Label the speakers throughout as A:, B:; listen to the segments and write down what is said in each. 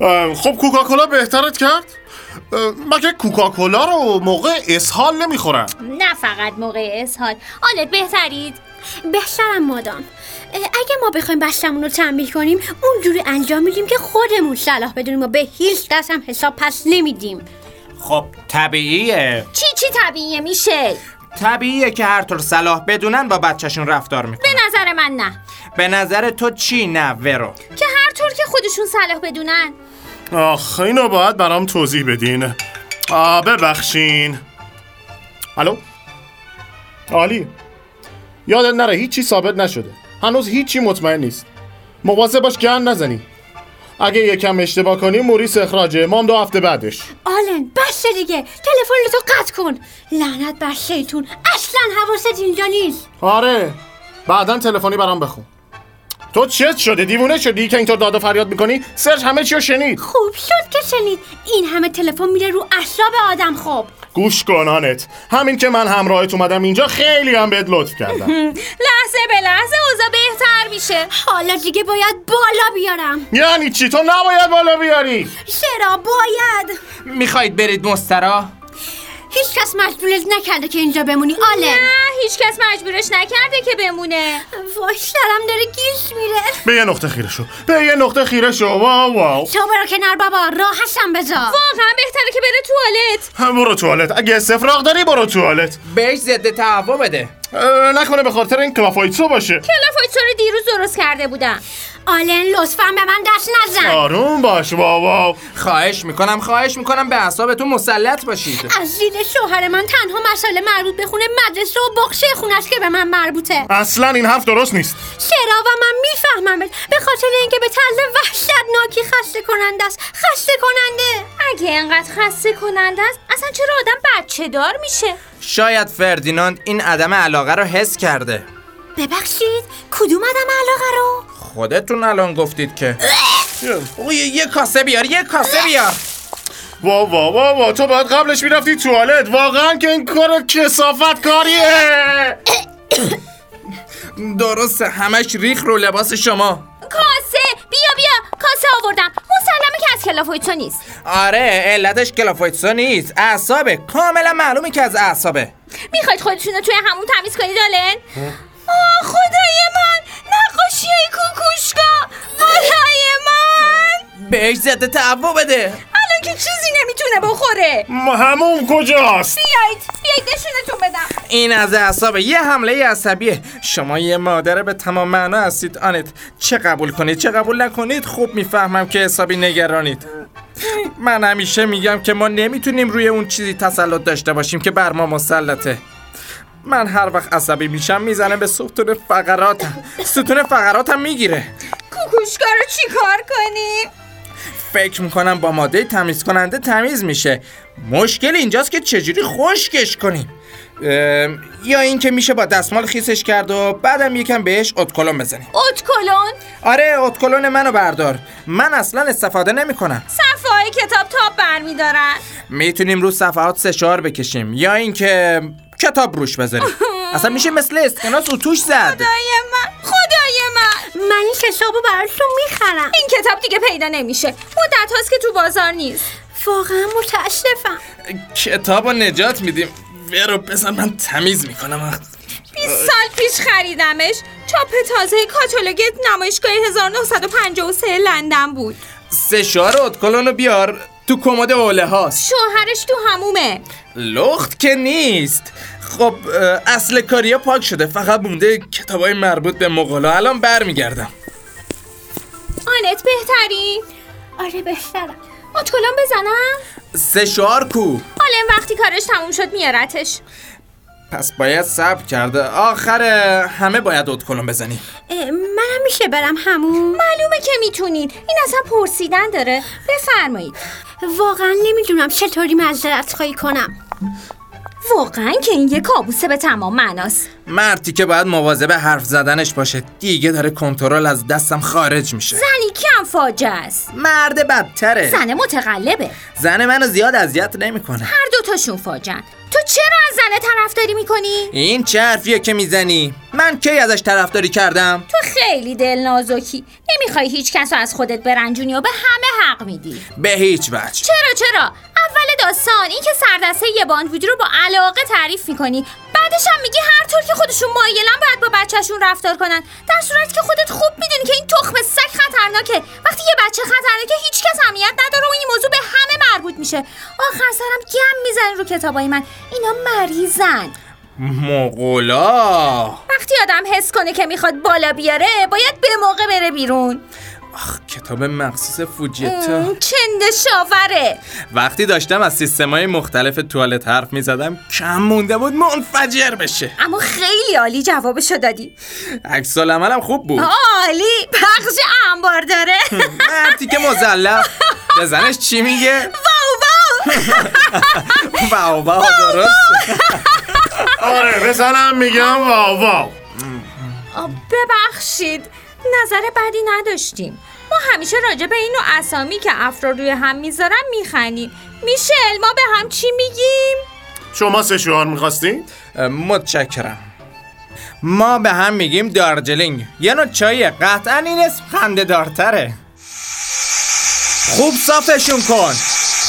A: اه، خب کوکاکولا بهترت کرد اه، مگه کوکاکولا رو موقع اسهال نمیخورن
B: نه فقط موقع اسهال حالت بهترید
C: بهترم مادام اه، اگه ما بخوایم بستمون رو تنبیه کنیم اونجوری انجام میدیم که خودمون صلاح بدونیم و به هیچ دست هم حساب پس نمیدیم
D: خب طبیعیه
B: چی چی طبیعیه میشه
D: طبیعیه که هر طور صلاح بدونن با بچهشون رفتار
B: به
D: میکنن
B: نظر من نه
D: به نظر تو چی نه ورو
B: که هر طور که خودشون صلاح بدونن
A: آخ اینو باید برام توضیح بدین آه ببخشین الو عالی یادت نره هیچی ثابت نشده هنوز هیچی مطمئن نیست مواظب باش گن نزنی اگه یکم اشتباه کنی موریس اخراجه مام دو هفته بعدش
C: آلن بسته دیگه تلفن تو قطع کن لعنت بر شیطون اصلا حواست اینجا نیست
A: آره بعدا تلفنی برام بخون تو چت شده دیوونه شدی که اینطور داد و فریاد میکنی سرج همه چی رو شنید
C: خوب شد که شنید این همه تلفن میره رو اعصاب آدم خب
A: گوش کنانت همین که من همراهت اومدم اینجا خیلی هم بهت لطف کردم
B: لحظه به لحظه اوضاع بهتر میشه
C: حالا دیگه باید بالا بیارم
A: یعنی چی تو نباید بالا بیاری
C: چرا باید
D: میخواید برید مسترا
C: هیچ کس مجبورت نکرده که اینجا بمونی آلن
B: نه هیچکس مجبورش نکرده که بمونه
C: وای سرم داره گیش میره
A: به یه نقطه خیره شو به یه نقطه خیره شو واو واو
C: تو برو کنار بابا راحتم بذار
B: واقعا بهتره که بره توالت
A: هم برو توالت اگه استفراغ داری برو توالت
D: بهش ضد تهوع بده
A: اه، نکنه به خاطر این کلافایتسو باشه
B: کلافایت رو دیروز درست کرده بودم
C: آلن لطفا به من دست نزن
A: آروم باش واو واو
D: خواهش میکنم خواهش میکنم به اعصابتون مسلط باشید
C: از زیر شوهر من تنها مسئله مربوط به خونه مدرسه و بخشه خونش که به من مربوطه
A: اصلا این حرف درست نیست
C: چرا و من میفهممت به خاطر اینکه به طرز وحشتناکی خسته کننده است خسته کننده
B: اگه انقدر خسته کننده است اصلا چرا آدم بچه دار میشه
D: شاید فردیناند این عدم علاقه رو حس کرده
C: ببخشید کدوم آدم علاقه رو
D: خودتون الان گفتید که اوه، یه یه کاسه بیار یه کاسه بیار
A: واو واو واو واو، تو باید قبلش میرفتی توالت واقعا که این کار کسافت کاریه
D: درسته همش ریخ رو لباس شما
B: کاسه بیا بیا کاسه آوردم مسلمه که از کلافایت تو نیست
D: آره علتش کلافایتسو نیست اعصابه کاملا معلومه که از اعصابه
B: میخواید خودتون رو توی همون تمیز کنید آلن آه خدای من نقاشی های کوکوشکا خدای من
D: بهش ضد تهوع بده
B: الان که چیزی نمیتونه بخوره
A: همون کجاست
B: بیایید بیایید نشونتون بدم
D: این از اعصابه یه حمله عصبیه شما یه مادر به تمام معنا هستید آنت چه قبول کنید چه قبول نکنید خوب میفهمم که حسابی نگرانید من همیشه میگم که ما نمیتونیم روی اون چیزی تسلط داشته باشیم که بر ما مسلطه من هر وقت عصبی میشم میزنم به ستون فقراتم ستون فقراتم میگیره
B: کوکوشکا رو چیکار کنیم
D: فکر میکنم با ماده تمیز کننده تمیز میشه مشکل اینجاست که چجوری خشکش کنیم ام، یا اینکه میشه با دستمال خیسش کرد و بعدم یکم بهش اتکلون بزنیم
B: ات کلون
D: آره اتکلون منو بردار من اصلا استفاده نمیکنم
B: صفحه های کتاب تاب برمیدارن
D: میتونیم رو صفحات سشار بکشیم یا اینکه کتاب روش بذاریم اصلا میشه مثل اسکناس اتوش زد
B: خدای من خدای من
C: من این کتابو براتون میخرم
B: این کتاب دیگه پیدا نمیشه مدت هاست که تو بازار نیست
C: واقعا متاسفم
D: کتابو نجات میدیم برو بزن من تمیز میکنم
B: 20 سال پیش خریدمش چاپ تازه کاتالوگ نمایشگاه 1953 لندن بود
D: سشار اتکلونو بیار تو کمد اوله هاست
B: شوهرش تو همومه
D: لخت که نیست خب اه، اصل کاریا پاک شده فقط مونده کتابای مربوط به مغلا الان برمیگردم
B: آنت بهتری
C: آره بهترم
B: اتکلون بزنم
D: سشوار کو
B: حالا وقتی کارش تموم شد میارتش
D: پس باید صبر کرده آخر همه باید اتکلون بزنی
C: اه، منم میشه برم همون
B: معلومه که میتونید این اصلا پرسیدن داره بفرمایید
C: واقعا نمیدونم چطوری معذرت خواهی کنم
B: واقعا که این یه کابوسه به تمام معناست
D: مردی که باید مواظب حرف زدنش باشه دیگه داره کنترل از دستم خارج میشه
B: زنی کم فاجعه است
D: مرد بدتره
B: زن متقلبه
D: زن منو زیاد اذیت نمیکنه
B: هر دوتاشون فاجن تو چرا از زنه طرفداری میکنی
D: این چه حرفیه که میزنی من کی ازش طرفداری کردم
B: تو خیلی دل نازکی نمیخوای هیچ کس رو از خودت برنجونی و به همه حق میدی
D: به هیچ وجه
B: چرا چرا اول داستان این که سردسته یه باندوجی رو با علاقه تعریف میکنی بعدش هم میگی هر طور که خودشون مایلن باید با بچهشون رفتار کنن در صورتی که خودت خوب میدونی که این تخم سگ خطرناکه وقتی یه بچه خطرناکه هیچ کس اهمیت نداره و این موضوع به همه مربوط میشه آخر سرم گم میزنی رو کتابای من اینا مریضن
D: مغولا
B: وقتی آدم حس کنه که میخواد بالا بیاره باید به موقع بره بیرون
D: آخ کتاب مخصوص فوجیتا
B: ام، چند شاوره
D: وقتی داشتم از سیستمای مختلف توالت حرف می زدم کم مونده بود منفجر بشه
B: اما خیلی عالی جوابشو دادی
D: عکس عملم خوب بود
B: عالی بخش انبار داره
D: مردی که مزلف به زنش چی میگه؟ واو واو درست
A: آره به زنم میگم واو واو
B: آه، ببخشید نظر بدی نداشتیم ما همیشه راجع به این نوع اسامی که افرا روی هم میذارن میخندیم میشل ما به هم چی میگیم؟
A: شما سه شوهر میخواستین؟
D: متشکرم ما به هم میگیم دارجلینگ یه نوع چایه قطعا این اسم خنده دارتره خوب صافشون کن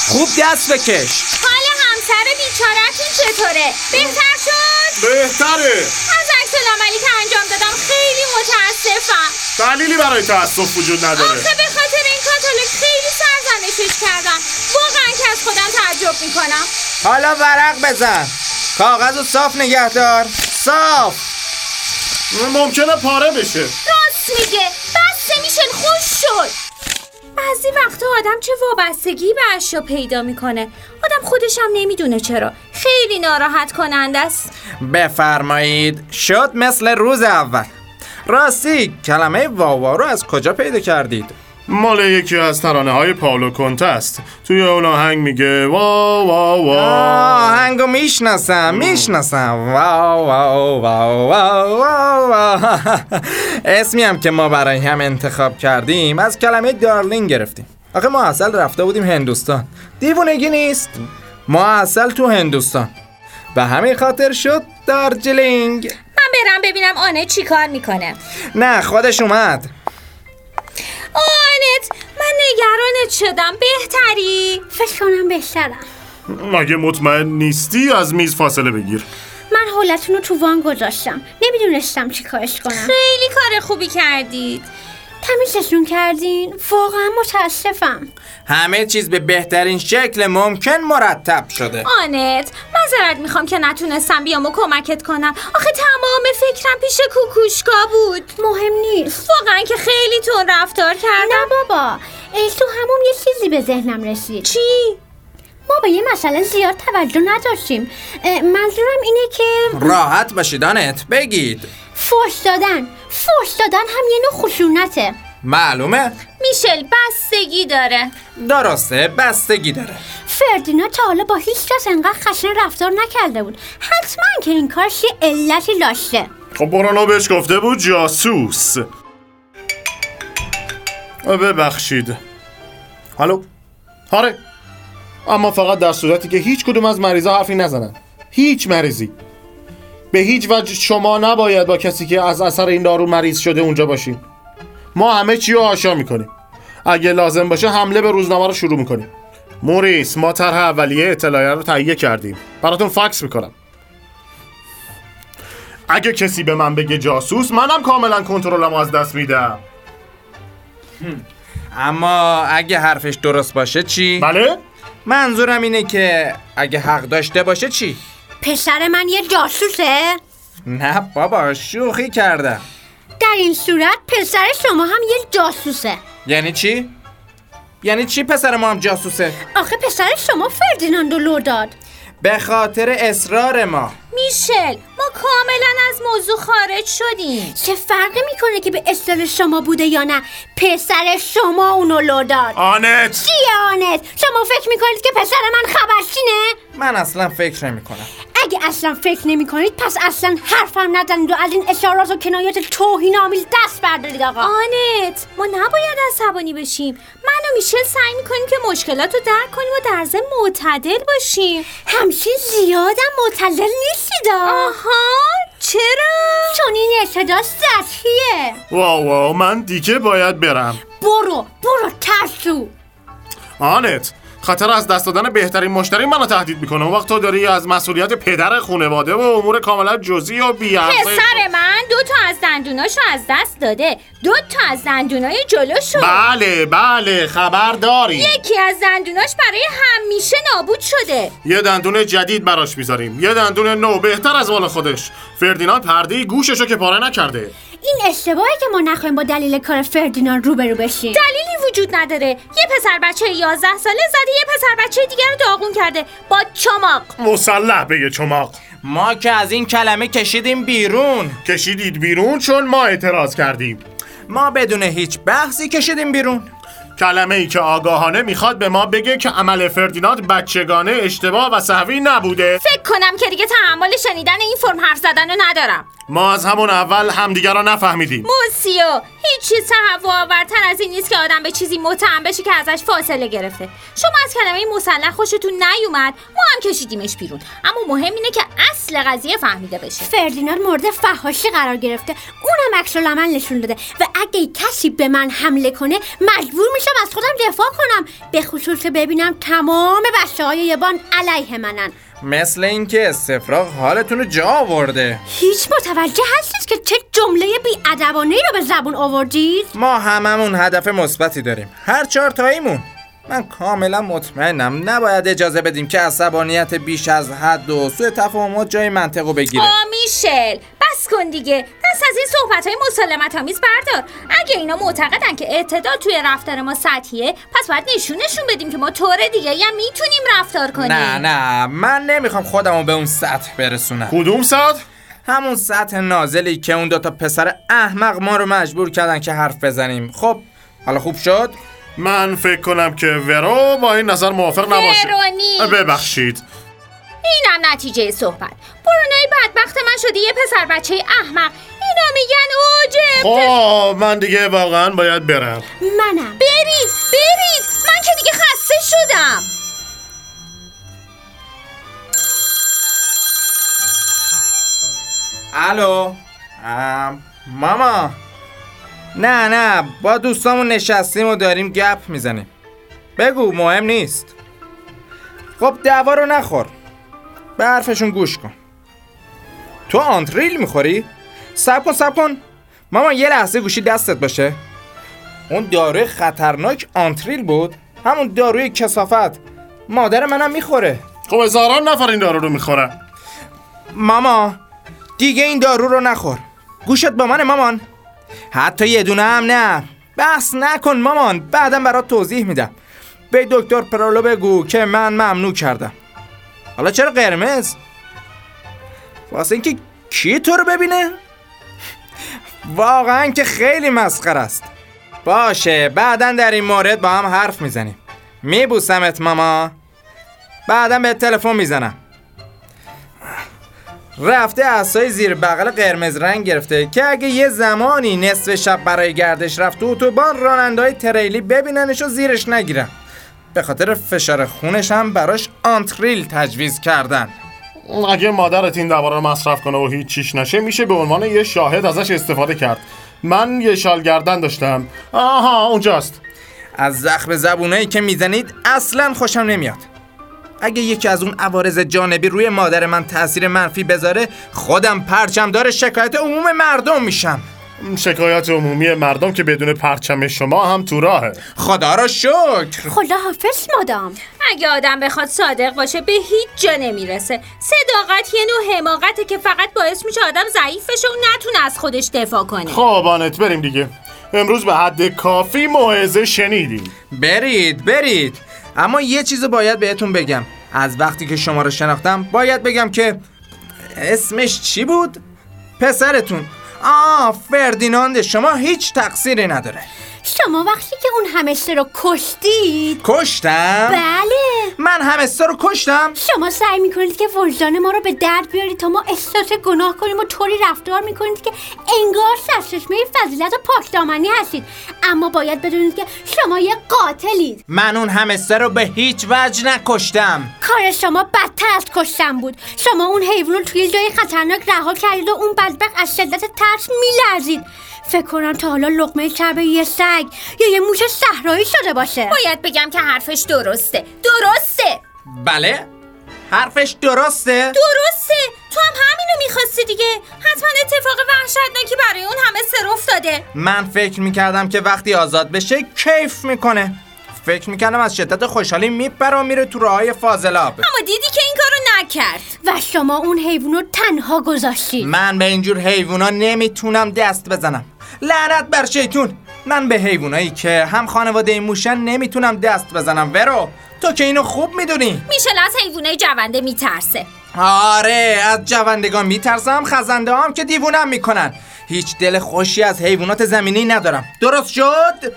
D: خوب دست بکش
B: حال همسر بیچارتون چطوره؟ بهتر شد؟
A: بهتره
B: از عکس العملی که انجام دادم خیلی متاسفم
A: دلیلی برای تاسف وجود نداره
B: آخه به خاطر این کاتالوگ خیلی سرزنشش کردم واقعا که از خودم تعجب میکنم
D: حالا ورق بزن کاغذ رو صاف نگه دار صاف
A: ممکنه پاره بشه
B: راست میگه بسته میشن خوش شد بعضی وقتا آدم چه وابستگی به اشیا پیدا میکنه آدم خودشم نمیدونه چرا خیلی ناراحت کننده است
D: بفرمایید شد مثل روز اول راستی کلمه واوا رو از کجا پیدا کردید
A: مال یکی از ترانه های پاولو کنته است توی اون آهنگ میگه وا وا وا
D: آهنگو میشناسم میشناسم واو واو واو واو واو واو. اسمی هم که ما برای هم انتخاب کردیم از کلمه دارلینگ گرفتیم آخه ما اصل رفته بودیم هندوستان دیوونگی نیست ما اصل تو هندوستان به همین خاطر شد دارجلینگ
B: من برم ببینم آنه چی کار میکنه
D: نه خودش اومد
B: آنت من نگرانت شدم بهتری
C: فکر کنم بهترم
A: مگه مطمئن نیستی از میز فاصله بگیر
C: من حالتون رو تو وان گذاشتم نمیدونستم چی کارش کنم
B: خیلی کار خوبی کردید
C: تمیزشون کردین واقعا متاسفم
D: همه چیز به بهترین شکل ممکن مرتب شده
B: آنت معذرت میخوام که نتونستم بیام و کمکت کنم آخه تمام فکرم پیش کوکوشکا بود
C: مهم نیست
B: واقعا که خیلی تون رفتار
C: نه
B: کردم
C: بابا ای تو همون یه چیزی به ذهنم رسید
B: چی؟
C: ما به یه مسئله زیاد توجه نداشتیم اه، منظورم اینه که
D: راحت باشید آنت بگید
C: فوش دادن فوش دادن هم یه نوع خشونته
D: معلومه
B: میشل بستگی داره
D: درسته بستگی داره
C: فردینا تا حالا با هیچ کس انقدر خشن رفتار نکرده بود حتما که این کارش یه علتی داشته
A: خب برونو بهش گفته بود جاسوس ببخشید الو آره اما فقط در صورتی که هیچ کدوم از مریضا حرفی نزنن هیچ مریضی به هیچ وجه شما نباید با کسی که از اثر این دارو مریض شده اونجا باشین ما همه چی رو آشا میکنیم اگه لازم باشه حمله به روزنامه رو شروع میکنیم موریس ما طرح اولیه اطلاعیه رو تهیه کردیم براتون فکس میکنم اگه کسی به من بگه جاسوس منم کاملا کنترلم از دست میدم
D: اما اگه حرفش درست باشه چی؟
A: بله
D: منظورم اینه که اگه حق داشته باشه چی؟
C: پسر من یه جاسوسه
D: نه بابا شوخی کردم
C: در این صورت پسر شما هم یه جاسوسه
D: یعنی چی؟ یعنی چی پسر ما هم جاسوسه؟
C: آخه پسر شما فردیناندو لو داد
D: به خاطر اصرار ما
B: میشل ما کاملا از موضوع خارج شدیم
C: چه فرقی میکنه که به اصرار شما بوده یا نه پسر شما اونو لو داد
A: آنت
C: چیه آنت شما فکر میکنید که پسر من خبرچینه
D: من اصلا فکر نمی کنم
C: اگه اصلا فکر نمیکنید پس اصلا حرفم نزنید و از این اشارات و کنایات توهین آمیز دست بردارید آقا
B: آنت ما نباید عصبانی بشیم من و میشل سعی میکنیم که مشکلات رو درک کنیم و در ضمن معتدل باشیم
C: همچین زیادم معتدل نیستید آه.
B: آها چرا؟
C: چون چنین صدا سطحیه
A: واو واو من دیگه باید برم
C: برو برو ترسو
A: آنت خطر از دست دادن بهترین مشتری منو تهدید میکنه اون وقت تو داری از مسئولیت پدر خانواده و امور کاملا جزئی و بی‌حرفه
B: پسر من دو تا از دندوناشو از دست داده دو تا از دندونای جلوشو
A: بله بله خبر داریم
B: یکی از دندوناش برای همیشه نابود شده
A: یه دندون جدید براش میذاریم یه دندون نو بهتر از مال خودش فردیناند پرده گوششو که پاره نکرده
C: این اشتباهه که ما نخواهیم با دلیل کار فردیناند روبرو بشیم
B: دلیلی وجود نداره یه پسر بچه 11 ساله زده یه پسر بچه دیگر رو داغون کرده با چماق
A: مسلح به یه چماق
D: ما که از این کلمه کشیدیم بیرون
A: کشیدید بیرون چون ما اعتراض کردیم
D: ما بدون هیچ بحثی کشیدیم بیرون
A: کلمه ای که آگاهانه میخواد به ما بگه که عمل فردیناند بچگانه اشتباه و صحوی نبوده
B: فکر کنم که دیگه تحمل شنیدن این فرم حرف زدن رو ندارم
A: ما از همون اول همدیگر رو نفهمیدیم
B: موسیو هیچ چیز تهوع آورتر از این نیست که آدم به چیزی متهم بشه که ازش فاصله گرفته شما از کلمه مسلح خوشتون نیومد ما هم کشیدیمش بیرون اما مهم اینه که اصل قضیه فهمیده بشه
C: فردیناند مورد فحاشی قرار گرفته اونم عکس العمل نشون داده و اگه کسی به من حمله کنه مجبور میشم از خودم دفاع کنم به خصوص که ببینم تمام بچه های یبان علیه منن
D: مثل اینکه استفراغ حالتون رو جا آورده
C: هیچ متوجه هستید که چه جمله بیادبانه رو به زبون آوردید
D: ما هممون هدف مثبتی داریم هر چهار تاییمون من کاملا مطمئنم نباید اجازه بدیم که عصبانیت بیش از حد و سوء تفاهمات جای منطقو بگیره
B: آ میشل بس کن دیگه دست از این صحبت های مسالمت آمیز بردار اگه اینا معتقدن که اعتدال توی رفتار ما سطحیه پس باید نشونشون بدیم که ما طور دیگه هم میتونیم رفتار کنیم
D: نه نه من نمیخوام خودمو به اون سطح برسونم
A: کدوم سطح؟
D: همون سطح نازلی که اون دوتا پسر احمق ما رو مجبور کردن که حرف بزنیم خب حالا خوب شد
A: من فکر کنم که ورو با این نظر موافق نباشه
B: ورونیک.
A: ببخشید
B: اینم نتیجه صحبت برونای بدبخت من شده یه پسر بچه احمق اینا میگن اوجه
A: خب من دیگه واقعا باید برم
C: منم
B: برید برید من که دیگه خسته شدم
D: الو ام، ماما نه نه با دوستامون نشستیم و داریم گپ میزنیم بگو مهم نیست خب دعوا رو نخور به حرفشون گوش کن تو آنتریل میخوری؟ سب کن سب کن ماما یه لحظه گوشی دستت باشه اون داروی خطرناک آنتریل بود همون داروی کسافت مادر منم میخوره
A: خب هزاران نفر این دارو رو میخورن
D: ماما دیگه این دارو رو نخور گوشت با منه مامان حتی یه دونه هم نه بس نکن مامان بعدم برات توضیح میدم به دکتر پرالو بگو که من ممنوع کردم حالا چرا قرمز؟ واسه اینکه کی تو رو ببینه؟ واقعا که خیلی مسخره است باشه بعدا در این مورد با هم حرف میزنیم میبوسمت ماما بعدا به تلفن میزنم رفته اسای زیر بغل قرمز رنگ گرفته که اگه یه زمانی نصف شب برای گردش رفته اتوبان راننده های تریلی ببیننش و زیرش نگیرن به خاطر فشار خونش هم براش آنتریل تجویز کردن
A: اگه مادرت این دوا رو مصرف کنه و هیچ چیش نشه میشه به عنوان یه شاهد ازش استفاده کرد من یه شال گردن داشتم آها اونجاست
D: از زخم زبونایی که میزنید اصلا خوشم نمیاد اگه یکی از اون عوارض جانبی روی مادر من تاثیر منفی بذاره خودم پرچم داره شکایت عموم مردم میشم
A: شکایت عمومی مردم که بدون پرچم شما هم تو راهه
D: خدا را شکر
C: خدا حافظ مادام
B: اگه آدم بخواد صادق باشه به هیچ جا نمیرسه صداقت یه نوع حماقته که فقط باعث میشه آدم ضعیف بشه و نتونه از خودش دفاع کنه
A: خب آنت بریم دیگه امروز به حد کافی موعظه شنیدیم
D: برید برید اما یه چیز رو باید بهتون بگم از وقتی که شما رو شناختم باید بگم که اسمش چی بود؟ پسرتون آه فردیناند شما هیچ تقصیری نداره
C: شما وقتی که اون همستر رو کشتید
D: کشتم
C: بله
D: من همستر رو کشتم
C: شما سعی میکنید که وجدان ما رو به درد بیارید تا ما احساس گناه کنیم و طوری رفتار میکنید که انگار سرچشمه فضیلت و پاکدامنی هستید اما باید بدونید که شما یه قاتلید
D: من اون همستر رو به هیچ وجه نکشتم
C: کار شما بدتر از کشتن بود شما اون حیوان رو توی جای خطرناک رها کردید و اون بدبخت از شدت ترس میلرزید فکر کنم تا حالا لقمه چرب یه سگ یا یه موش صحرایی شده باشه
B: باید بگم که حرفش درسته درسته
D: بله حرفش درسته
B: درسته تو هم همینو میخواستی دیگه حتما اتفاق وحشتناکی برای اون همه سر افتاده
D: من فکر میکردم که وقتی آزاد بشه کیف میکنه فکر میکردم از شدت خوشحالی میپره و میره تو راهای فاضلاب
B: اما دیدی که این کارو نکرد
C: و شما اون حیوان رو تنها گذاشتید
D: من به اینجور حیوونا نمیتونم دست بزنم لعنت بر شیطون من به حیوانایی که هم خانواده موشن نمیتونم دست بزنم ورو تو که اینو خوب میدونی
B: میشل از حیوانای جونده میترسه
D: آره از جوندگان میترسم خزنده هم که دیوونم میکنن هیچ دل خوشی از حیوانات زمینی ندارم درست شد؟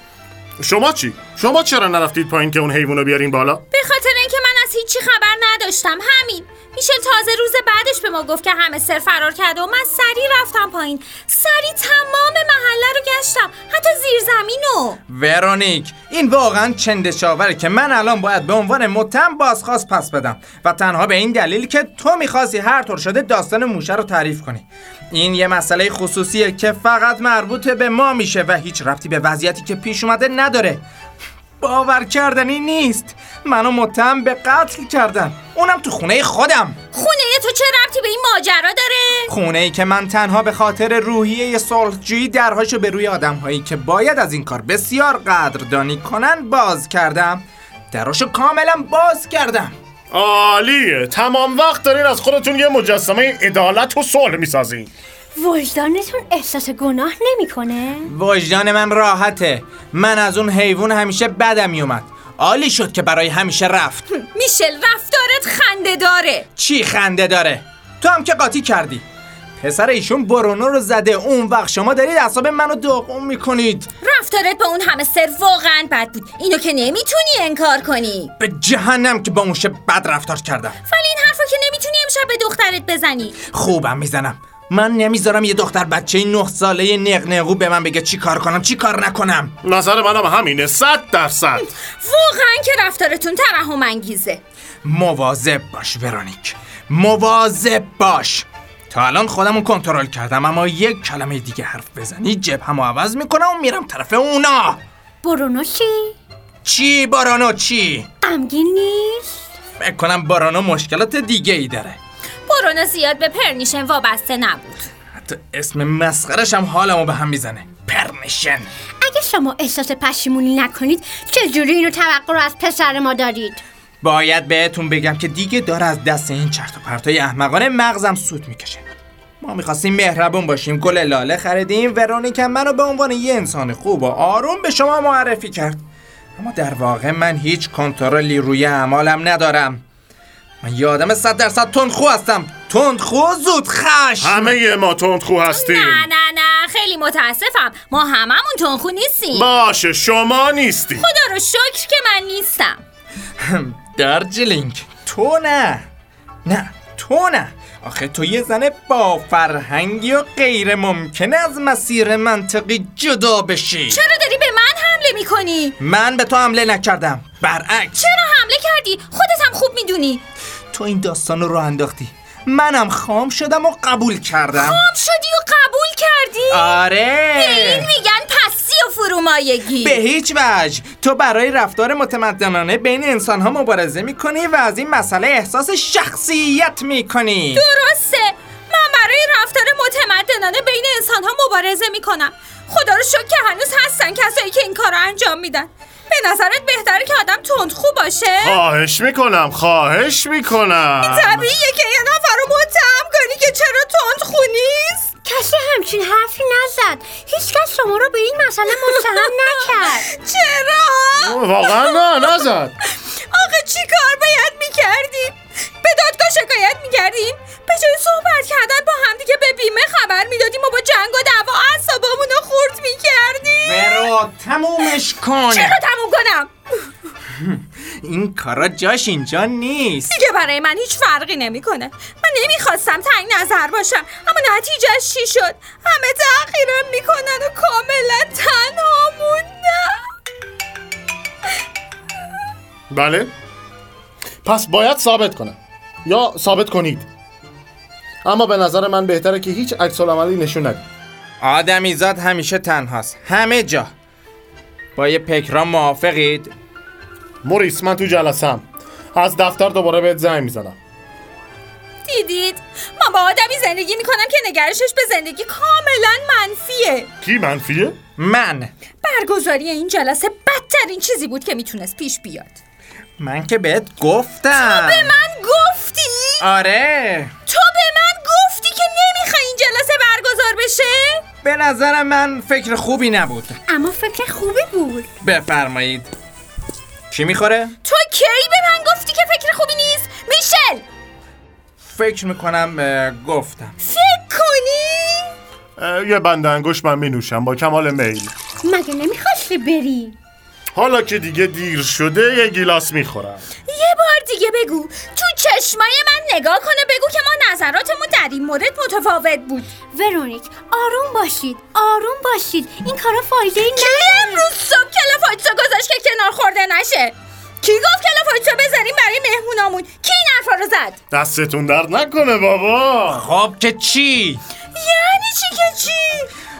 A: شما چی؟ شما چرا نرفتید پایین که اون حیوانو بیارین بالا؟
B: به خاطر اینکه من از هیچی خبر نداشتم همین میشل تازه روز بعدش به ما گفت که همه سر فرار کرده و من سریع رفتم پایین سریع تمام محله رو گشتم حتی زیرزمینو
D: ورونیک این واقعا چندشاوره که من الان باید به عنوان متهم بازخواست پس بدم و تنها به این دلیل که تو میخواستی هر طور شده داستان موشه رو تعریف کنی این یه مسئله خصوصیه که فقط مربوط به ما میشه و هیچ ربطی به وضعیتی که پیش اومده نداره باور کردنی نیست منو متهم به قتل کردن اونم تو خونه خودم
B: خونه تو چه ربطی به این ماجرا داره
D: خونه ای که من تنها به خاطر روحیه صلحجویی درهاشو به روی آدم هایی که باید از این کار بسیار قدردانی کنن باز کردم دراشو کاملا باز کردم
A: عالیه تمام وقت دارین از خودتون یه مجسمه عدالت و صلح میسازین
C: وجدانتون احساس گناه نمیکنه؟
D: وجدان من راحته من از اون حیوان همیشه بدم میومد عالی شد که برای همیشه رفت
B: میشل رفتارت خنده داره
D: چی خنده داره تو هم که قاطی کردی پسر ایشون برونو رو زده اون وقت شما دارید اعصاب منو داغون میکنید
B: رفتارت با اون همه سر واقعا بد بود اینو که نمیتونی انکار کنی
D: به جهنم که با اون شب بد رفتار کردم
B: ولی این حرفو که نمیتونی امشب به دخترت بزنی
D: خوبم میزنم من نمیذارم یه دختر بچه نه ساله نقنقو به من بگه چی کار کنم چی کار نکنم
A: نظر منم همینه صد درصد
B: واقعا که رفتارتون ترحم انگیزه
D: مواظب باش ورونیک مواظب باش تا الان خودمو کنترل کردم اما یک کلمه دیگه حرف بزنی جبهمو عوض میکنم و میرم طرف اونا
C: برونو چی؟
D: چی بارانو چی
C: غمگین نیست؟
D: فکر کنم بارانو مشکلات دیگه ای داره
B: برونو زیاد به پرنیشن وابسته نبود
D: حتی اسم مسخرش هم حالمو به هم میزنه پرمیشن
C: اگه شما احساس پشیمونی نکنید چجوری اینو توقع رو از پسر ما دارید؟
D: باید بهتون بگم که دیگه داره از دست این چرت و پرتای احمقانه مغزم سود میکشه ما میخواستیم مهربون باشیم گل لاله خریدیم ورونیکا منو به عنوان یه انسان خوب و آروم به شما معرفی کرد اما در واقع من هیچ کنترلی روی اعمالم ندارم من یه آدم صد درصد تندخو هستم تندخو زود خش
A: همه ما تندخو
B: نه
A: هستیم
B: نه نه خیلی متاسفم ما هممون تنخو نیستیم
A: باشه شما نیستی
B: خدا رو شکر که من نیستم
D: دارجلینگ تو نه نه تو نه آخه تو یه زن با فرهنگی و غیر ممکنه از مسیر منطقی جدا بشی
B: چرا داری به من حمله میکنی؟
D: من به تو حمله نکردم برعکس
B: چرا حمله کردی؟ خودت هم خوب میدونی
D: تو این داستان رو راه انداختی منم خام شدم و قبول کردم
B: خام یعنی شدی و قبول کردی؟
D: آره
B: این میگن پسی و فرومایگی
D: به هیچ وجه تو برای رفتار متمدنانه بین انسان ها مبارزه میکنی و از این مسئله احساس شخصیت میکنی
B: درسته من برای رفتار متمدنانه بین انسان ها مبارزه میکنم خدا رو شکر که هنوز هستن کسایی که این کار رو انجام میدن به نظرت بهتره که آدم تندخو
A: خب،
B: باشه؟
A: خواهش میکنم خواهش میکنم
B: طبیعیه که یه نفر رو متهم کنی که چرا تندخو نیست؟
C: کسی همچین حرفی نزد هیچکس شما رو به این مسئله متهم نکرد
B: چرا؟
A: واقعا نه نزد
B: آخه چی کار باید میکردیم؟ به دادگاه شکایت میکردیم؟ به جای صحبت کردن با همدیگه به بیمه خبر میدادیم و با جنگ و دعوا اعصابامون رو خورد میکردیم؟
D: برو تموم تمومش کن
B: رو تموم کنم
D: این کارا جاش اینجا نیست
B: دیگه برای من هیچ فرقی نمیکنه من نمیخواستم تنگ نظر باشم اما نتیجهش چی شد همه تغییرم میکنن و کاملا تنها موندم
A: بله پس باید ثابت کنم یا ثابت کنید اما به نظر من بهتره که هیچ عکس عملی نشون ندید
D: آدمیزاد همیشه تنهاست همه جا با یه پکرام موافقید
A: موریس من تو جلسم از دفتر دوباره بهت زنگ میزنم
B: دیدید من با آدمی زندگی میکنم که نگرشش به زندگی کاملا منفیه
A: کی منفیه؟
D: من
B: برگزاری این جلسه بدترین چیزی بود که میتونست پیش بیاد
D: من که بهت گفتم
B: به من گفتی
D: آره
B: تو به من گفتی که نمیخوای این جلسه برگزار بشه
D: به نظر من فکر خوبی نبود
C: اما فکر خوبی بود
D: بفرمایید چی میخوره؟
B: تو کی به من گفتی که فکر خوبی نیست میشل
D: فکر میکنم اه، گفتم
B: فکر کنی
A: یه بند انگوش من مینوشم با کمال میل
C: مگه نمیخواستی بری
A: حالا که دیگه دیر شده یه گیلاس میخورم
B: یه بار دیگه بگو تو چشمای من نگاه کن و بگو که ما نظراتمون در این مورد متفاوت بود
C: ورونیک آروم باشید آروم باشید این کارا فایده ای
B: کی امروز صبح کلافاتسو گذاشت که کنار خورده نشه کی گفت کلافاتسو بزنیم برای مهمونامون کی این حرفا رو زد
A: دستتون درد نکنه بابا
D: خب که چی؟
B: یعنی چی که چی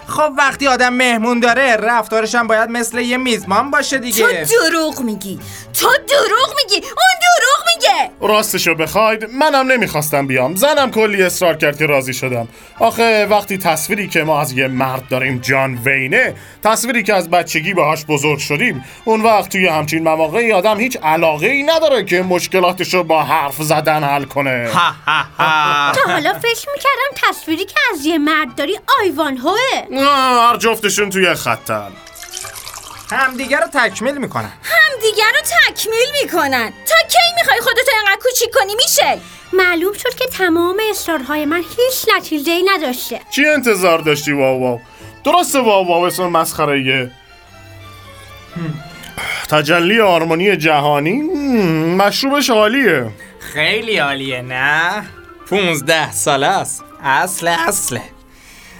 D: خب وقتی آدم مهمون داره رفتارش هم باید مثل یه میزمان باشه
B: تو
D: دیگه
B: دروغ میگی تو دروغ میگی اون دروغ میگه
A: راستشو بخواید منم نمیخواستم بیام زنم کلی اصرار کرد که راضی شدم آخه وقتی تصویری که ما از یه مرد داریم جان وینه تصویری که از بچگی باهاش بزرگ شدیم اون وقت توی همچین مواقعی آدم هیچ علاقه ای نداره که مشکلاتشو با حرف زدن حل کنه
D: ها ها ها.
C: تا حالا فکر میکردم تصویری که از یه مرد داری آیوان هوه
A: آه، هر جفتشون توی خطن
D: همدیگه رو تکمیل میکنن
B: همدیگه رو تکمیل میکنن تا کی میخوای خودتو اینقدر کوچیک کنی میشه
C: معلوم شد که تمام اصرارهای من هیچ نتیجه ای نداشته
A: چی انتظار داشتی واو واو درسته واو واو اسم مسخره ایه. تجلی آرمانی جهانی مم، مشروبش عالیه
D: خیلی عالیه نه؟ 15 ساله است اصل اصله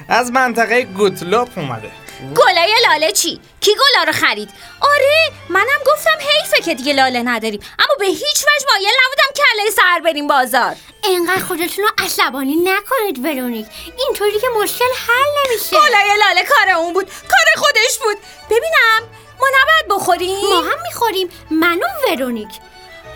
D: از منطقه گوتلوپ اومده
B: گلای لاله چی کی گلا رو خرید آره منم گفتم حیفه که دیگه لاله نداریم اما به هیچ وجه مایل نبودم کله سر بریم بازار
C: انقدر خودتون رو عصبانی نکنید ورونیک اینطوری که مشکل حل نمیشه
B: گلای لاله کار اون بود کار خودش بود ببینم ما نباید بخوریم
C: ما هم میخوریم من و ورونیک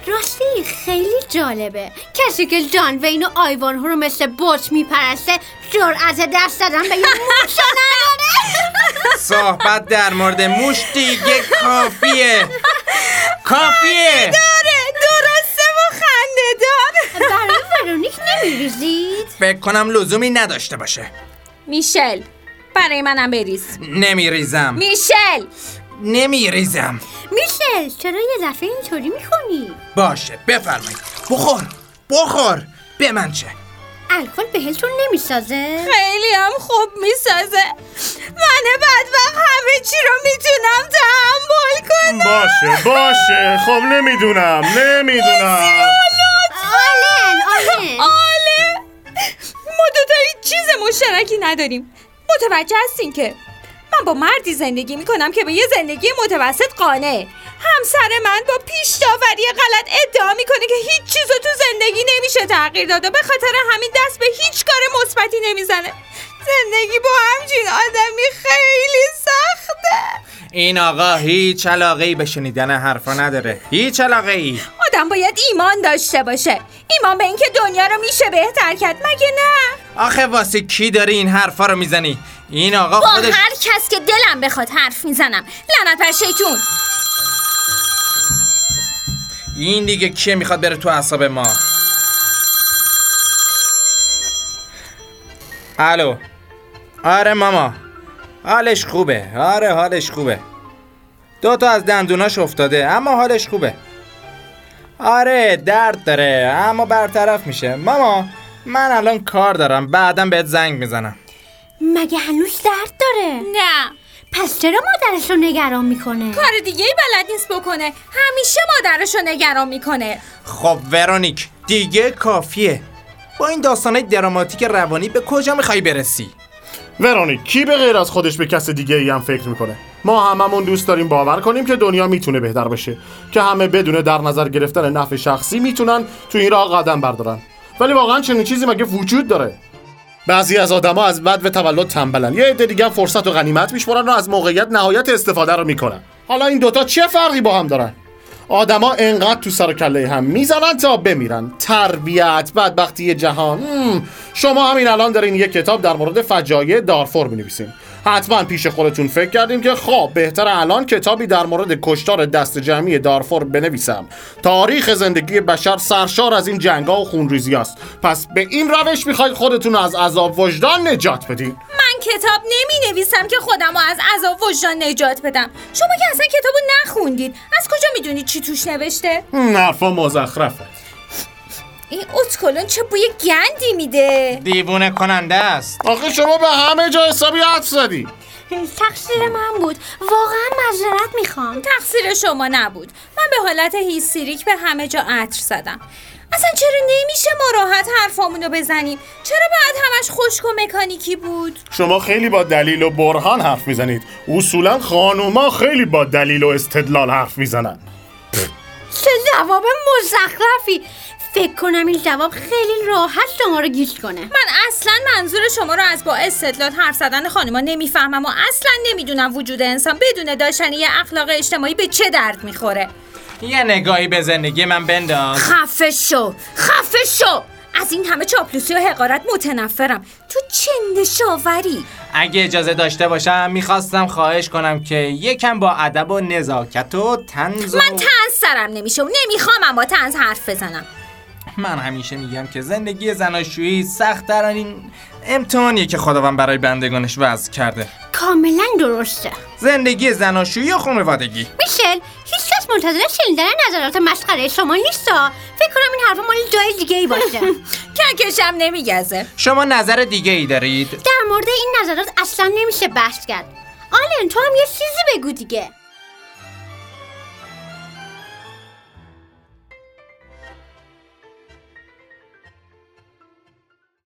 C: راستی خیلی جالبه کسی که جان وین و آیوان رو مثل بوت میپرسته جرأت دست دادن به یه موش نداره
D: صحبت در مورد موش دیگه کافیه کافیه
B: آره درسته و خنده دار
C: برای ورونیک نمیریزید
D: فکر کنم لزومی نداشته باشه
B: میشل برای منم بریز
D: نمیریزم
B: میشل
D: نمیریزم
C: میشل چرا یه دفعه اینطوری میکنی
D: باشه بفرمایید بخور بخور به من چه
C: الکل بهلتون نمیسازه
B: خیلی هم خوب میسازه من بدبخت همه چی رو میتونم تحمل کنم
A: باشه باشه خب نمیدونم نمیدونم
C: آلن آلن
B: آله ما دوتا هیچ چیز مشترکی نداریم متوجه هستین که من با مردی زندگی میکنم که به یه زندگی متوسط قانعه همسر من با پیش داوری غلط ادعا میکنه که هیچ چیز رو تو زندگی نمیشه تغییر داد و به خاطر همین دست به هیچ کار مثبتی نمیزنه زندگی با همچین آدمی خیلی سخته
D: این آقا هیچ علاقه ای به شنیدن حرفا نداره هیچ علاقه ای
B: آدم باید ایمان داشته باشه ایمان به اینکه دنیا رو میشه بهتر کرد مگه نه
D: آخه واسه کی داری این حرفا رو میزنی این آقا
B: با
D: خودش
B: هر کس که دلم بخواد حرف میزنم لعنت بر شیطون
D: این دیگه کیه میخواد بره تو اعصاب ما الو آره ماما حالش خوبه آره حالش خوبه دو تا از دندوناش افتاده اما حالش خوبه آره درد داره اما برطرف میشه ماما من الان کار دارم بعدم بهت زنگ میزنم
C: مگه هنوز درد داره
B: نه
C: پس چرا مادرش رو نگران میکنه
B: کار دیگه ای بلد نیست بکنه همیشه مادرش رو نگران میکنه
D: خب ورونیک دیگه کافیه با این داستانه دراماتیک روانی به کجا میخوای برسی؟
A: ورونیک کی به غیر از خودش به کس دیگه ای هم فکر میکنه ما هممون دوست داریم باور کنیم که دنیا میتونه بهتر بشه که همه بدون در نظر گرفتن نفع شخصی میتونن تو این راه قدم بردارن ولی واقعا چنین چیزی مگه وجود داره بعضی از آدما از بد و تولد تنبلن یه عده دیگه هم فرصت و غنیمت میشمرن و از موقعیت نهایت استفاده رو میکنن حالا این دوتا چه فرقی با هم دارن آدما انقدر تو سر و کله هم میزنن تا بمیرن تربیت بدبختی جهان مم. شما همین الان دارین یه کتاب در مورد فجایع دارفور مینویسین حتما پیش خودتون فکر کردیم که خب بهتر الان کتابی در مورد کشتار دست جمعی دارفور بنویسم تاریخ زندگی بشر سرشار از این جنگا و خونریزی است پس به این روش میخواید خودتون از عذاب وجدان نجات بدین
B: من کتاب نمی نویسم که خودم رو از عذاب وجدان نجات بدم شما که اصلا کتابو نخوندید از کجا میدونید چی توش نوشته
A: این حرفا مزخرفه
B: این اتکلون چه بوی گندی میده
D: دیوونه کننده است
A: آخه شما به همه جا حسابی حرف زدی
C: تقصیر من بود واقعا معذرت میخوام
B: تقصیر شما نبود من به حالت هیستریک به همه جا عطر زدم اصلا چرا نمیشه ما راحت حرفامونو بزنیم چرا باید همش خشک و مکانیکی بود
A: شما خیلی با دلیل و برهان حرف میزنید اصولا خانوما خیلی با دلیل و استدلال حرف میزنن
C: چه جواب مزخرفی فکر کنم این جواب خیلی راحت شما رو گیج کنه
B: من اصلا منظور شما رو از با استدلال حرف زدن خانما نمیفهمم و اصلا نمیدونم وجود انسان بدون داشتن یه اخلاق اجتماعی به چه درد میخوره
D: یه نگاهی به زندگی من بنداز
B: خفه شو خفه شو از این همه چاپلوسی و حقارت متنفرم تو چند شاوری
D: اگه اجازه داشته باشم میخواستم خواهش کنم که یکم با ادب و نزاکت و تنز و...
B: من تنز سرم نمیشه و نمیخوامم با تنز حرف بزنم
D: من همیشه میگم که زندگی زناشویی سخت در این امتحانیه که خداوند برای بندگانش وضع کرده
C: کاملا درسته
D: زندگی زناشویی یا خانوادگی
C: میشل هیچکس منتظر شنیدن نظرات مسخره شما نیستا فکر کنم این حرفا مال جای دیگه ای باشه
B: ککشم نمیگزه
D: شما نظر دیگه ای دارید
C: در مورد این نظرات اصلا نمیشه بحث کرد آلن تو هم یه چیزی بگو دیگه